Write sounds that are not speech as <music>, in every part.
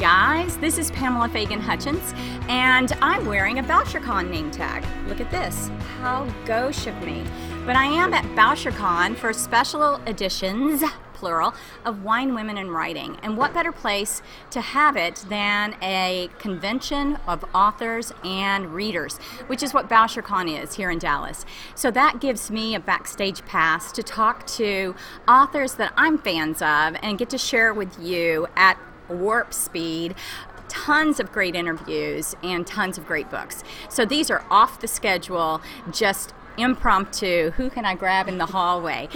guys. This is Pamela Fagan Hutchins, and I'm wearing a VoucherCon name tag. Look at this. How gauche of me. But I am at VoucherCon for special editions, plural, of Wine, Women, and Writing. And what better place to have it than a convention of authors and readers, which is what VoucherCon is here in Dallas. So that gives me a backstage pass to talk to authors that I'm fans of and get to share with you at warp speed tons of great interviews and tons of great books so these are off the schedule just impromptu who can i grab in the hallway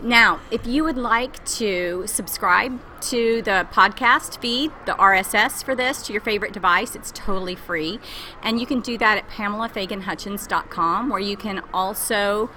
now if you would like to subscribe to the podcast feed the rss for this to your favorite device it's totally free and you can do that at pamelafaganhutchins.com where you can also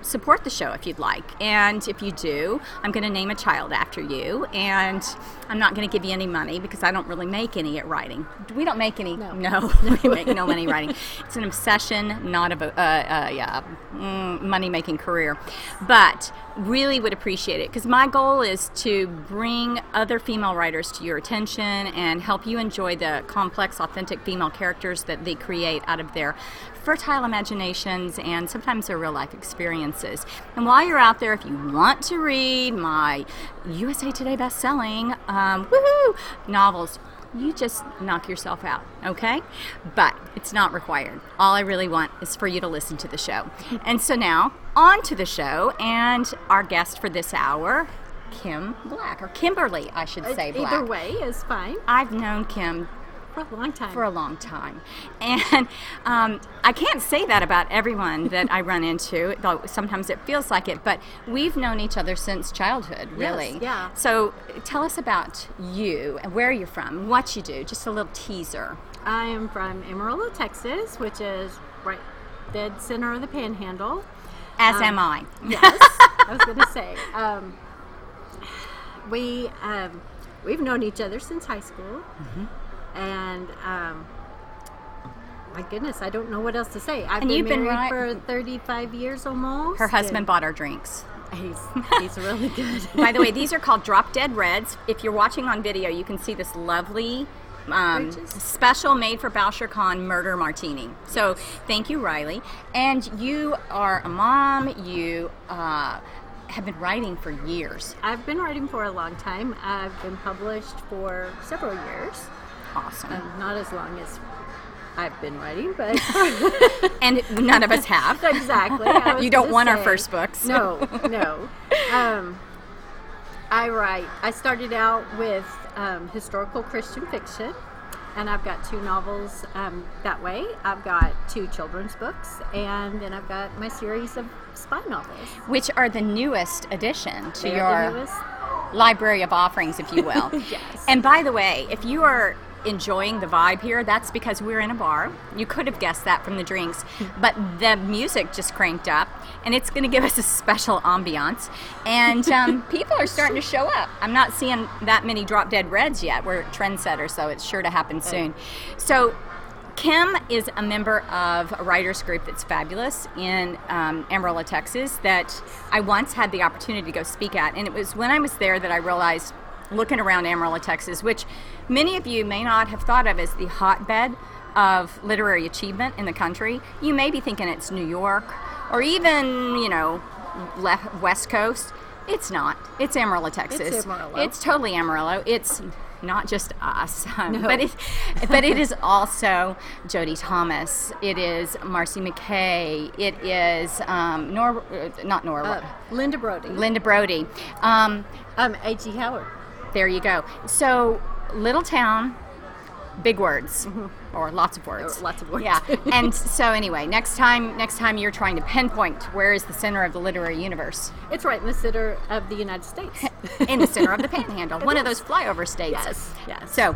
support the show if you'd like. And if you do, I'm going to name a child after you. And I'm not going to give you any money because I don't really make any at writing. We don't make any. No, <laughs> we make no money writing. It's an obsession, not a vo- uh, uh, yeah, mm, money making career. But really would appreciate it because my goal is to bring other female writers to your attention and help you enjoy the complex, authentic female characters that they create out of their fertile imaginations and sometimes their real life experiences. And while you're out there, if you want to read my USA Today best-selling um, woohoo novels, you just knock yourself out, okay? But it's not required. All I really want is for you to listen to the <laughs> show. And so now, on to the show and our guest for this hour, Kim Black, or Kimberly, I should say. Black. Uh, Either way is fine I've known Kim for a long time. for a long time. And um, I can't say that about everyone that I run into, <laughs> though sometimes it feels like it, but we've known each other since childhood, really. yeah. So tell us about you, and where you're from, what you do, just a little teaser. I am from Amarillo, Texas, which is right dead center of the Panhandle. As am I. Yes, I was going <laughs> to say um, we um, we've known each other since high school, Mm-hmm. and um, my goodness, I don't know what else to say. I've And been you've been married ri- for thirty-five years almost. Her and husband bought our drinks. he's <laughs> <laughs> he's really good. By the way, these are called Drop Dead Reds. If you're watching on video, you can see this lovely um, Gorgeous. special made for BoucherCon murder martini. So thank you, Riley. And you are a mom. You uh, have been writing for years. I've been writing for a long time. I've been published for several years. Awesome. Not as long as I've been writing, but <laughs> Oh. and none of us have. exactly. I was You don't gonna want our say. first books. No, <laughs> no. Um, I write. I started out with um, historical Christian fiction, and I've got two novels um, that way. I've got two children's books, and then I've got my series of spy novels. Which are the newest addition to They are your the newest. library of offerings, if you will. Yes. And by the way, if you are enjoying the vibe here, that's because we're in a bar. You could have guessed that from the drinks, but the music just cranked up, and it's going to give us a special ambiance. And um, people are starting to show up. I'm not seeing that many drop dead reds yet. We're trendsetters, so it's sure to happen soon. So Kim is a member of a writers group that's fabulous in um, Amarillo, Texas, that I once had the opportunity to go speak at. And it was when I was there that I realized, looking around Amarillo, Texas, which many of you may not have thought of as the hotbed of literary achievement in the country, you may be thinking it's New York or even, you know, left West Coast. It's not. It's Amarillo, Texas. Amarillo. It's totally Amarillo. It's not just us, <laughs> but it, but it is also Jody Thomas. It is Marcy McKay. It is um, Nor, uh, not Nora, Uh, Linda Brody. Linda Brody. Um, um, A.G. Howard. there you go. So little town, big words, or Mm-hmm. lots of words. Or lots of words. Yeah. and so anyway, next time, next time you're trying to pinpoint where is the center of the literary universe. <laughs> It's right in the center of the <laughs> United States. in the center of the panhandle, one of those flyover states. Yes, yes. So,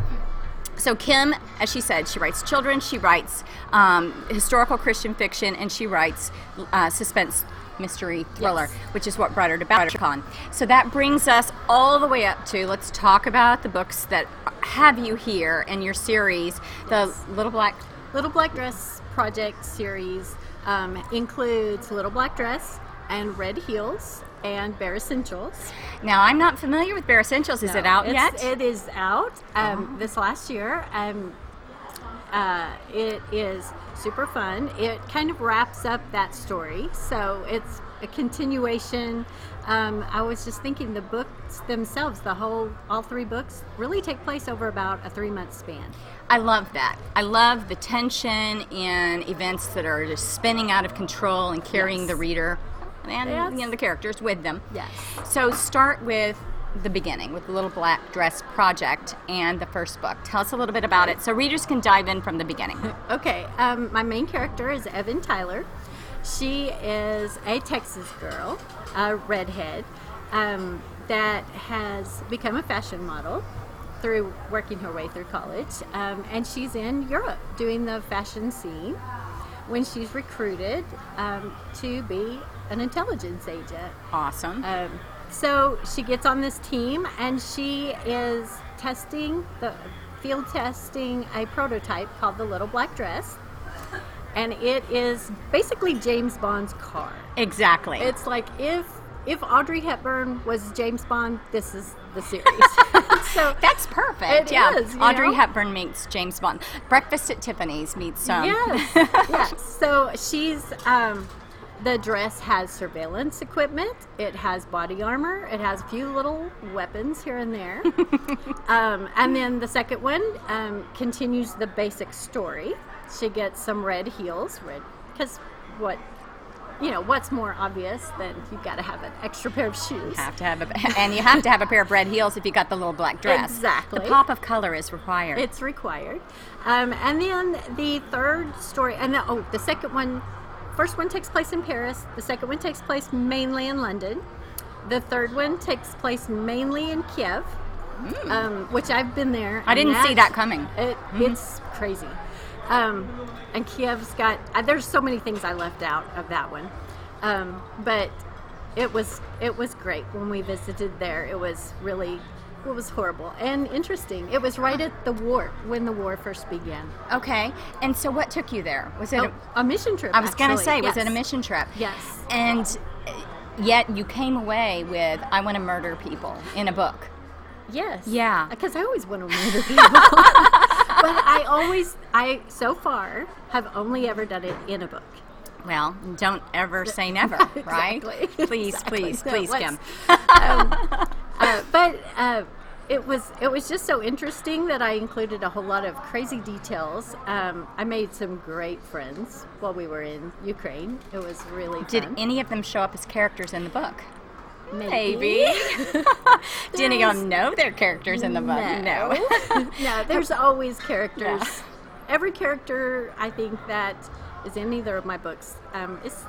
so Kim, as she said, she writes children, she writes um, historical Christian fiction, and she writes uh, suspense mystery thriller, which is what brought her to BoucherCon. So that brings us all the way up to let's talk about the books that have you here and your series, the Little Black. Little Black Dress Project series um, includes Little Black Dress and Red Heels and Bare Essentials. Now, I'm not familiar with Bare Essentials. Is it No, out it's- yet? Oh. It is out um, this last year. Um, uh, it is super fun. It kind of wraps up that story, so it's a continuation. Um, I was just thinking the books themselves, the whole, all three books, really take place over about a three month span. I love that. I love the tension in events that are just spinning out of control and carrying Yes. the reader and Yes. you know, the characters with them. Yes. So start with the beginning with the Little Black Dress Project and the first book. Tell us a little bit about it so readers can dive in from the beginning. <laughs> Okay, um, my main character is Evan Tyler. She is a Texas girl, a redhead, um, that has become a fashion model through working her way through college. Um, and she's in Europe doing the fashion scene when she's recruited um, to be an intelligence agent. Awesome. Um, so she gets on this team and she is testing the field testing a prototype called the Little Black Dress. And it is basically James Bond's car. exactly. It's like if if Audrey Hepburn was James Bond, this is the series. <laughs> so That's perfect. It yeah. is, you Audrey know? Hepburn meets James Bond. Breakfast at Tiffany's meets um yes, yes. So she's um, the dress has surveillance equipment. It has body armor. It has a few little weapons here and there. um, and then the second one um, continues the basic story. She gets some red heels, red because what you know what's more obvious than you got to have an extra pair of shoes. have to have a <laughs> and you have to have a pair of red heels if you got the little black dress. Exactly. The pop of color is required. It's required. Um, and then the third story, and the, oh, the second one, first one takes place in Paris. The second one takes place mainly in London. The third one takes place mainly in Kiev, um, which I've been there. I and didn't see that's- that coming. Mm-hmm. It, It's crazy. Um, and Kiev's got, uh, there's so many things I left out of that one. Um, but it was it was great when we visited there. It was really it was horrible and interesting. It was right at the war when the war first began. Okay. And so what took you there? Was it A, a, a mission trip. I was going to Oh, actually. say was Yes. it a mission trip? Yes. And uh, yet you came away with I want to murder people in a book. Yes. Yeah. Because I always want to <laughs> murder people. <laughs> but I always I so far have only ever done it in a book. Well, don't ever say <laughs> never, right? Exactly. Please, Exactly. please, No, please, let's- <laughs> Kim. Uh, but uh, it was it was just so interesting that I included a whole lot of crazy details. Um, I made some great friends while we were in Ukraine. It was really Did fun. any of them show up as characters in the book? Maybe. <laughs> Did any of them know their characters in the book? No. <laughs> no, there's always characters. Every character I think that is in either of my books um, is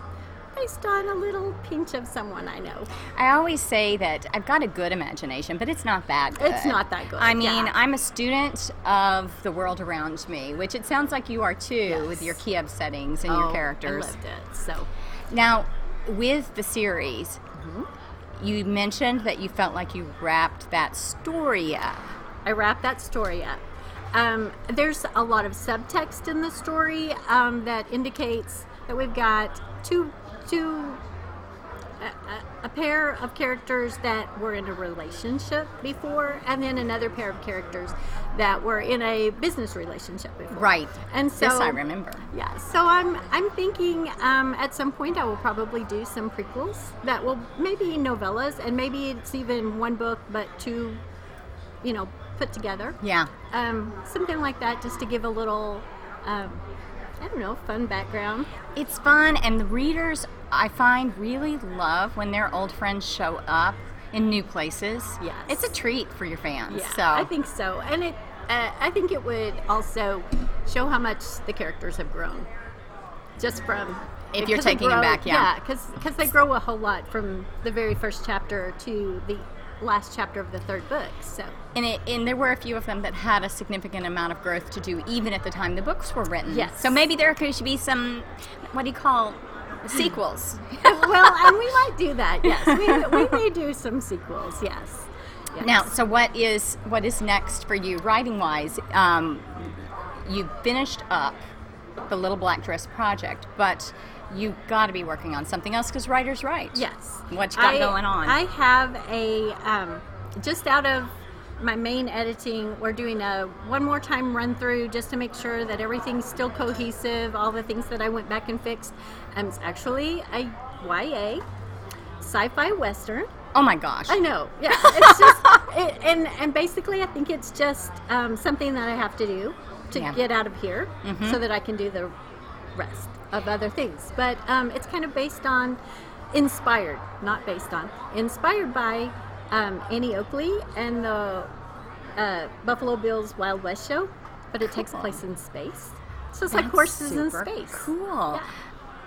based on a little pinch of someone I know. I always say that I've got a good imagination, but it's not that good. It's not that good, I mean, yeah. I'm a student of the world around me, which it sounds like you are too with your Kiev settings and Oh, your characters. I loved it. So Now, with the series, Mm-hmm. you mentioned that you felt like you wrapped that story up. I wrap that story up. Um, there's a lot of subtext in the story um, that indicates that we've got two two a, a, a pair of characters that were in a relationship before, and then another pair of characters that were in a business relationship before. Right. And so this I remember. Yeah, so I'm I'm thinking um, at some point I will probably do some prequels that will maybe novellas and maybe it's even one book but two, you know, put together. Yeah. Um, something like that just to give a little, um, I don't know, fun background. It's fun, and the readers I find really love when their old friends show up in new places. Yes. It's a treat for your fans. so I think so, and it uh, I think it would also show how much the characters have grown just from. If you're because they taking 'em grow- back, yeah. because they grow a whole lot from the very first chapter to the last chapter of the third book. <laughs> So And, it, and there were a few of them that had a significant amount of growth to do, even at the time the books were written. Yes. So maybe there could should be some, what do you call, sequels. well, and we might do that. Yes, we, we may do some sequels. Yes. Yes. now, so what is what is next for you, writing wise? Um, you finished up the Little Black Dress project, but you got to be working on something else because writers write. Yes. What you got I- going on? I have a um, just out of my main editing. We're doing a one more time run through just to make sure that everything's still cohesive. All the things that I went back and fixed. Um, it's actually a YA sci-fi western. oh my gosh. I know. Yeah. It's just <laughs> it, and and basically, I think it's just um, something that I have to do to Yeah. Mm-hmm. get out of here, so that I can do the rest of other things. But um, it's kind of based on, inspired, not based on, inspired by um, Annie Oakley and the uh, Buffalo Bills Wild West show, but it takes Cool. place in space. So it's like That's horses in super space. Cool. Yeah.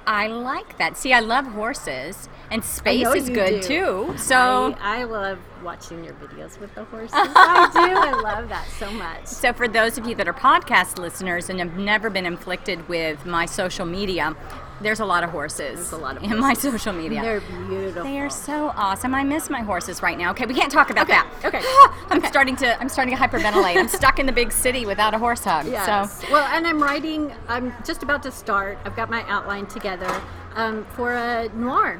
I like that. See, I love horses, and space know is you good do. too. So, I, I love watching your videos with <laughs> the horses. I do. I love that so much. so for those of you that are podcast listeners and have never been inflicted with my social media, there's a lot of horses. a lot of in my social media. They're beautiful. They are so awesome. I miss my horses right now. Okay, we can't talk about that. okay, <gasps> I'm starting to I'm starting to hyperventilate. I'm stuck in the big city without a horse hug. <laughs> Yes. So Well, and I'm writing. I'm just about to start. I've got my outline together um, for a noir.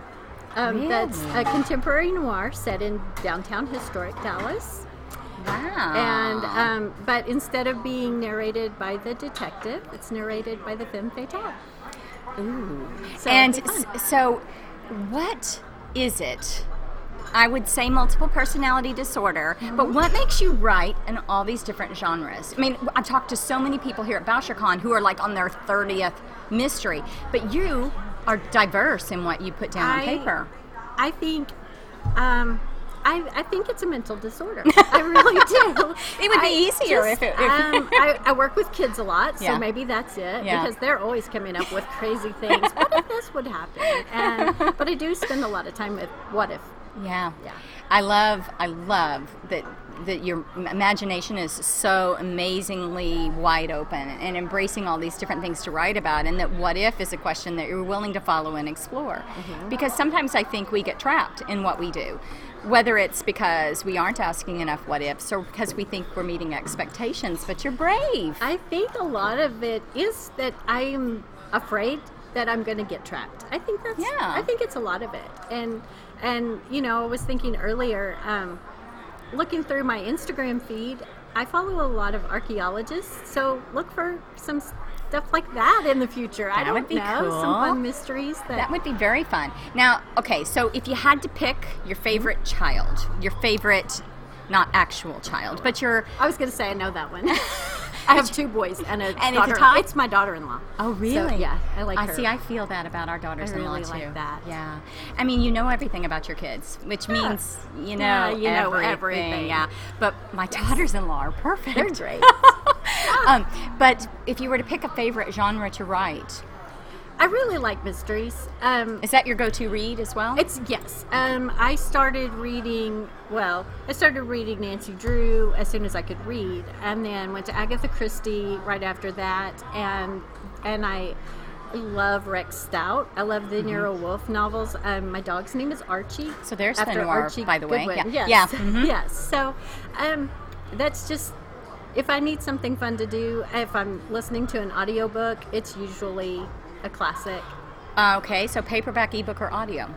Um, That's a Really? contemporary noir set in downtown historic Dallas. wow. And um, but instead of being narrated by the detective, it's narrated by the femme fatale. Ooh. So and it'll be fun. s- so, what is it? I would say multiple personality disorder, Mm-hmm. but what makes you write in all these different genres? I mean, I talked to so many people here at BoucherCon who are like on their 30th mystery, but you are diverse in what you put down on I- paper. I think. Um, I, I think it's a <laughs> mental disorder. I really do. It would be I easier if it- if- <laughs> um, I, I work with kids a lot, so Yeah. maybe that's it Yeah. because they're always coming up with crazy things. what if this would happen? And, but I do spend a lot of time with what if. Yeah. Yeah. I love I love that that your m- imagination is so amazingly wide open and embracing all these different things to write about and that what if is a question that you're willing to follow and explore. Mm-hmm. Because sometimes I think we get trapped in what we do. Whether it's because we aren't asking enough what ifs or because we think we're meeting expectations, but you're brave. I think a lot of it is that I'm afraid that I'm going to get trapped. I think that's. Yeah. I think it's a lot of it, and and you know, I was thinking earlier, um, looking through my Instagram feed, I follow a lot of archaeologists, so look for some stuff like that in the future. I That don't would be know some cool. fun mysteries that. That would be very fun. Now, okay, so if you had to pick your favorite Mm-hmm. child, your favorite, not actual child, but your I was going to say I know <laughs> that one. I have two boys and a it's a daughter. tie? it's my daughter-in-law. Oh, So, really? yeah, I like I her. see. I feel that about our daughters-in-law really like too. that. Yeah. I mean, you know everything about your kids, which means you know Yeah, you know everything. everything. Yeah. But my daughters-in-law are perfect. They're great. <laughs> um, but if you were to pick a favorite genre to write, I really like mysteries. Um, is that your go-to read as well? It's yes. Um, I started reading. Well, I started reading Nancy Drew as soon as I could read, and then went to Agatha Christie right after that, and and I love Rex Stout. I love the Nero Wolf novels. Um, my dog's name is Archie. Mm-hmm. So there's the after noir, Archie by the way. Goodwin. Yeah. Yes. Yeah. Mm-hmm. yes. So, um, that's just. If I need something fun to do, if I'm listening to an audiobook, it's usually a classic. Uh, okay, so paperback, ebook, or audio.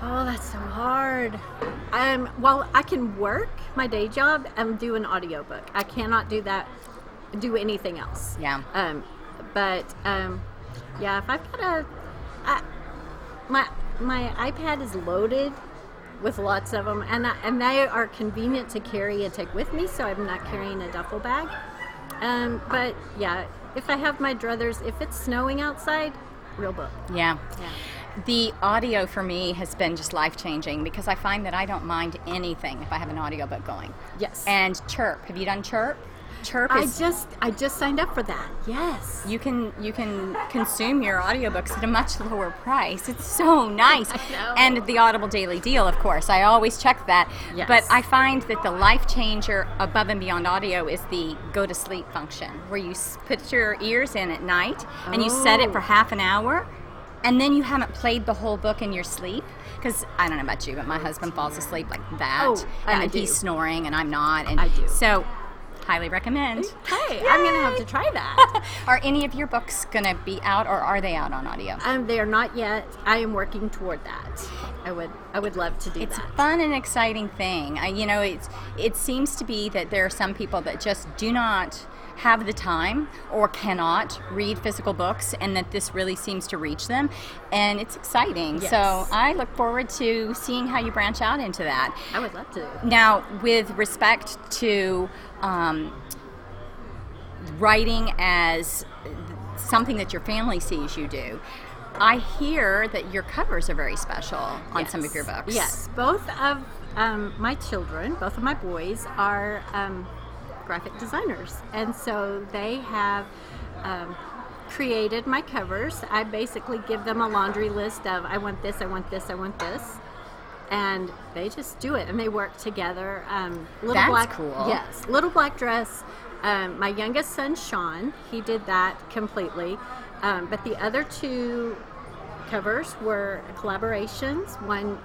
Oh, that's so hard. Um, well, I can work my day job and do an audiobook. I cannot do that, do anything else. Yeah. Um, but um, yeah, if I've got a, I, my my iPad is loaded with lots of them, and I, and they are convenient to carry and take with me, so I'm not carrying a duffel bag. Um, but yeah, if I have my druthers, if it's snowing outside, real book. Yeah. Yeah. The audio for me has been just life changing because I find that I don't mind anything if I have an audiobook going. Yes. And Chirp. Have you done Chirp? Chirp I is just I just signed up for that. Yes. you can you can consume your audiobooks at a much lower price. It's so <laughs> nice. know. And the Audible Daily Deal, of course. I always check that. Yes. But I find that the life changer above and beyond audio is the go to sleep function where you s- put your ears in at night and you set it Oh. for half an hour and then you haven't played the whole book in your sleep because I don't know about you, but my husband falls asleep like that Uh, Oh, I and do. he's snoring and I'm not and I do. so Highly recommend. <laughs> Hey, I'm gonna have to try <laughs> that. Are any of your books going to be out or are they out on audio? um, they are not yet. I am working toward that. I would I would love to do It's a that. fun and exciting thing. I, you know, it's it seems to be that there are some people that just do not have the time or cannot read physical books, and that this really seems to reach them, and it's exciting. So Yes. I look forward to seeing how you branch out into that. I would love to. Now, with respect to um, writing as something that your family sees you do, I hear that your covers are very special on some of your books. Yes, both of um, my children, both of my boys, are um, graphic designers, and so they have. Um, created my covers i basically give them a laundry list of i want this i want this i want this and they just do it and they work together um, little That's black cool. yes little black dress um, my youngest son sean he did that completely um, but the other two covers were collaborations. One,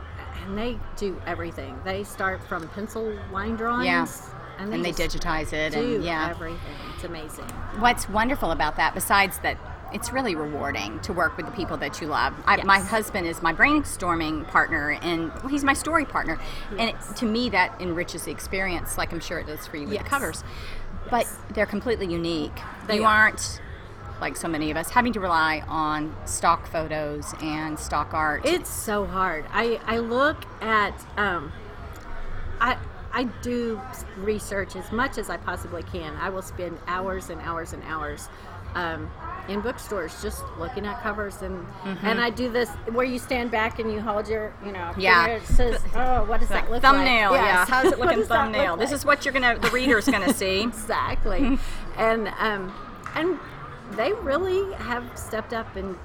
and they do everything. They start from pencil line drawings. And they, and they just digitize it do and yeah everything. It's amazing. what's wonderful about that besides that it's really rewarding to work with the people that you love. I, My Yes. husband is my brainstorming partner, and well, he's my story partner. And it, to me, that enriches the experience, like I'm sure it does for you with the Yes. covers. But Yes. they're completely unique. They you are. aren't like so many of us having to rely on stock photos and stock art. It's so hard. I, I look at um, I I do s- research as much as I possibly can. I will spend hours and hours and hours um, in bookstores just looking at covers and Mm-hmm. and I do this where you stand back and you hold your you know Yeah. finger. It <laughs> says oh what does that look thumbnail, like? yeah. <laughs> Yes. How's it <laughs> What looking does that look thumbnail? This like? is what you're gonna the reader's <laughs> gonna see. <laughs> exactly and um, and they really have stepped up and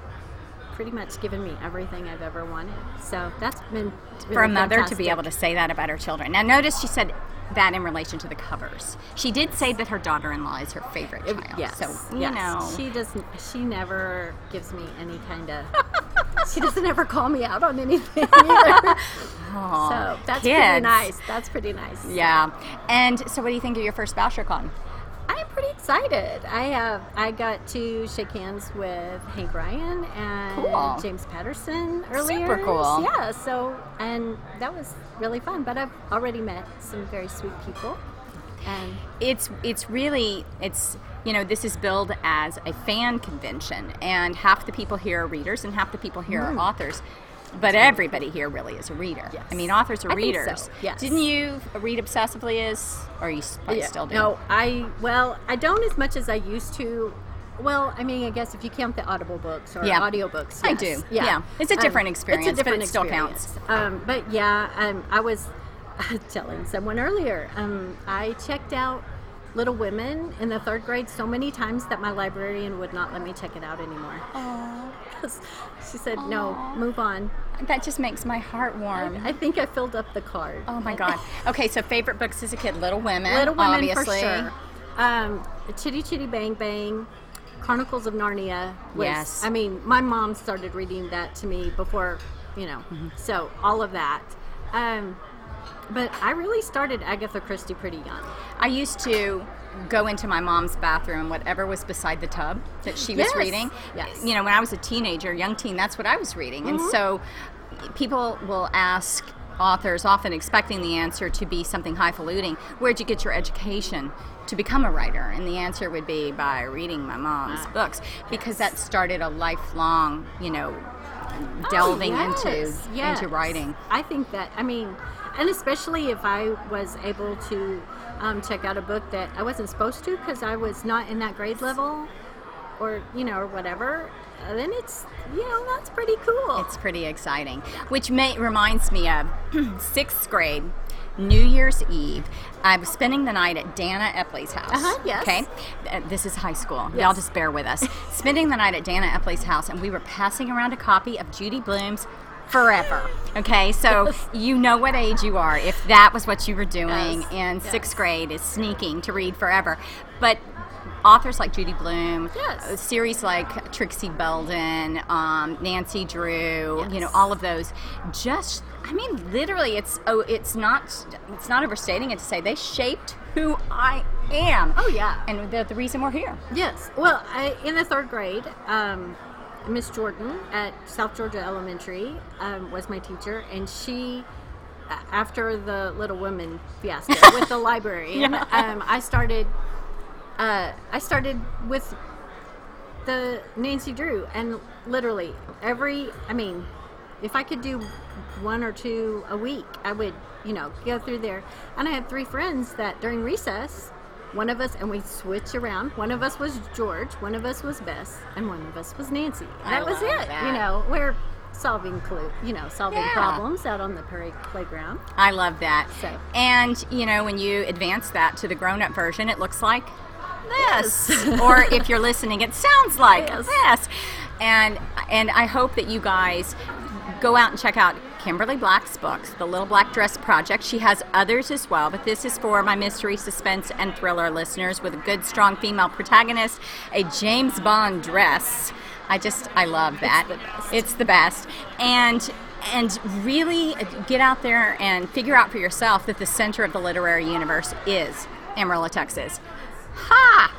pretty much given me everything I've ever wanted. So that's been really for a mother to be fantastic. able to say that about her children. Now, notice she said that in relation to the covers. She did say that her daughter-in-law is her favorite It- child. Yes. So you yes. know, she doesn't. She never gives me any kind <laughs> of. she doesn't ever call me out on anything either. Aw, so that's pretty kids. nice. That's pretty nice. Yeah. And so, what do you think of your first VoucherCon? I'm pretty excited. I have. I got to shake hands with Hank Ryan and Cool. James Patterson earlier. cool. Yeah. So and that was really fun. But I've already met some very sweet people. And it's it's really it's you know this is billed as a fan convention and half the people here are readers and half the people here are authors but everybody here really is a reader Mm. Yes. i mean authors are I think so, readers yes. didn't you read obsessively as or you s- probably Yeah. still do No, I well, I don't as much as I used to. Well, I mean, I guess if you count the audible books or Yeah. audiobooks, I yes. do. Yeah. It's a different experience, but it still counts. Um, but yeah, um, I was <laughs> telling someone earlier. Um, I checked out Little Women in the third grade so many times that my librarian would not let me check it out anymore. <laughs> she said, "No, move on." that just makes my heart warm I think I filled up the card. Mm-hmm. Oh my God. Okay, so favorite books as a kid: Little Women, Little Women obviously. for sure. Um, Chitty Chitty Bang Bang, Chronicles of Narnia. Was, Yes. I mean, my mom started reading that to me before, you know, Mm-hmm. so all of that. Um, but I really started Agatha Christie pretty young. I used to go into my mom's bathroom, whatever was beside the tub that she was Yes, reading. yes. Mm-hmm. You know, when I was a teenager, young teen, that's what I was reading. And so people will ask authors, often expecting the answer to be something highfalutin where'd you get your education to become a writer? And the answer would be by reading my mom's Ah, books, because that started a lifelong, you know, delving Oh, yes, into yes. into writing. I think that I mean, and especially if I was able to um, check out a book that I wasn't supposed to because I was not in that grade level, or you know, or whatever. uh, Then it's you know that's pretty cool. It's pretty exciting, which may, reminds me of <clears throat> sixth grade, New Year's Eve. I was spending the night at Dana Epley's house. Uh-huh, yes. Okay, Uh, this is high school. Y'all just bear with us. <laughs> spending the night at Dana Epley's house, and we were passing around a copy of Judy Blume's Forever. Okay, <laughs> so you know what age you are if that was what you were doing Yes, in sixth yes. grade is sneaking to read Forever, but. Authors like Judy Blume, Yes. uh, series like Trixie Belden, um, Nancy Drew, you know, Yes. all of those. Just, I mean, literally, it's oh, it's not, it's not overstating it to say they shaped who I am. Oh, yeah. And the, the reason we're here. Yes. Well, I, in the third grade, um, Miss Jordan at South Georgia Elementary um, was my teacher, and she, a- after the Little Women <laughs> fiasco with the library, Yeah. um, I started. Uh, I started with the Nancy Drew, and literally every. I mean, if I could do one or two a week, I would, you know, go through there. And I had three friends that during recess, one of us, and we switch around. One of us was George, one of us was Bess, and one of us was Nancy. I That was love it. that. You know, we're solving clue, you know, solving Yeah. problems out on the parade playground. I love that. So. And, you know, when you advance that to the grown up version, it looks like this. or if you're listening, it sounds like Yes. this. And, and I hope that you guys go out and check out Kimberly Black's books, The Little Black Dress Project. She has others as well, but this is for my mystery, suspense, and thriller listeners with a good, strong female protagonist, a James Bond dress. I just, I love that. the best. It's the best. And and really get out there and figure out for yourself that the center of the literary universe is Amarillo, Texas. Ha!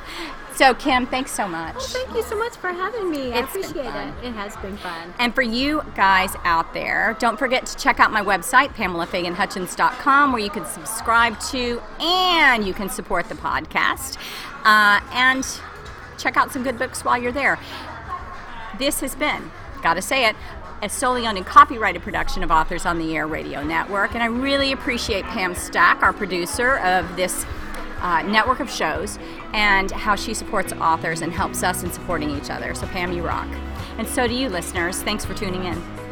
So Kim, thanks so much. Oh, Thank you so much for having me. I It's been appreciate fun. it. It has been fun. And for you guys out there, don't forget to check out my website, PamelaFaganHutchins.com, where you can subscribe to and you can support the podcast. Uh, and check out some good books while you're there. This has been, gotta say it, a solely owned and copyrighted production of Authors on the Air Radio Network. And I really appreciate Pam Stack, our producer of this uh, network of shows, and how she supports authors and helps us in supporting each other. So, Pam, you rock. And so do you, listeners. Thanks for tuning in.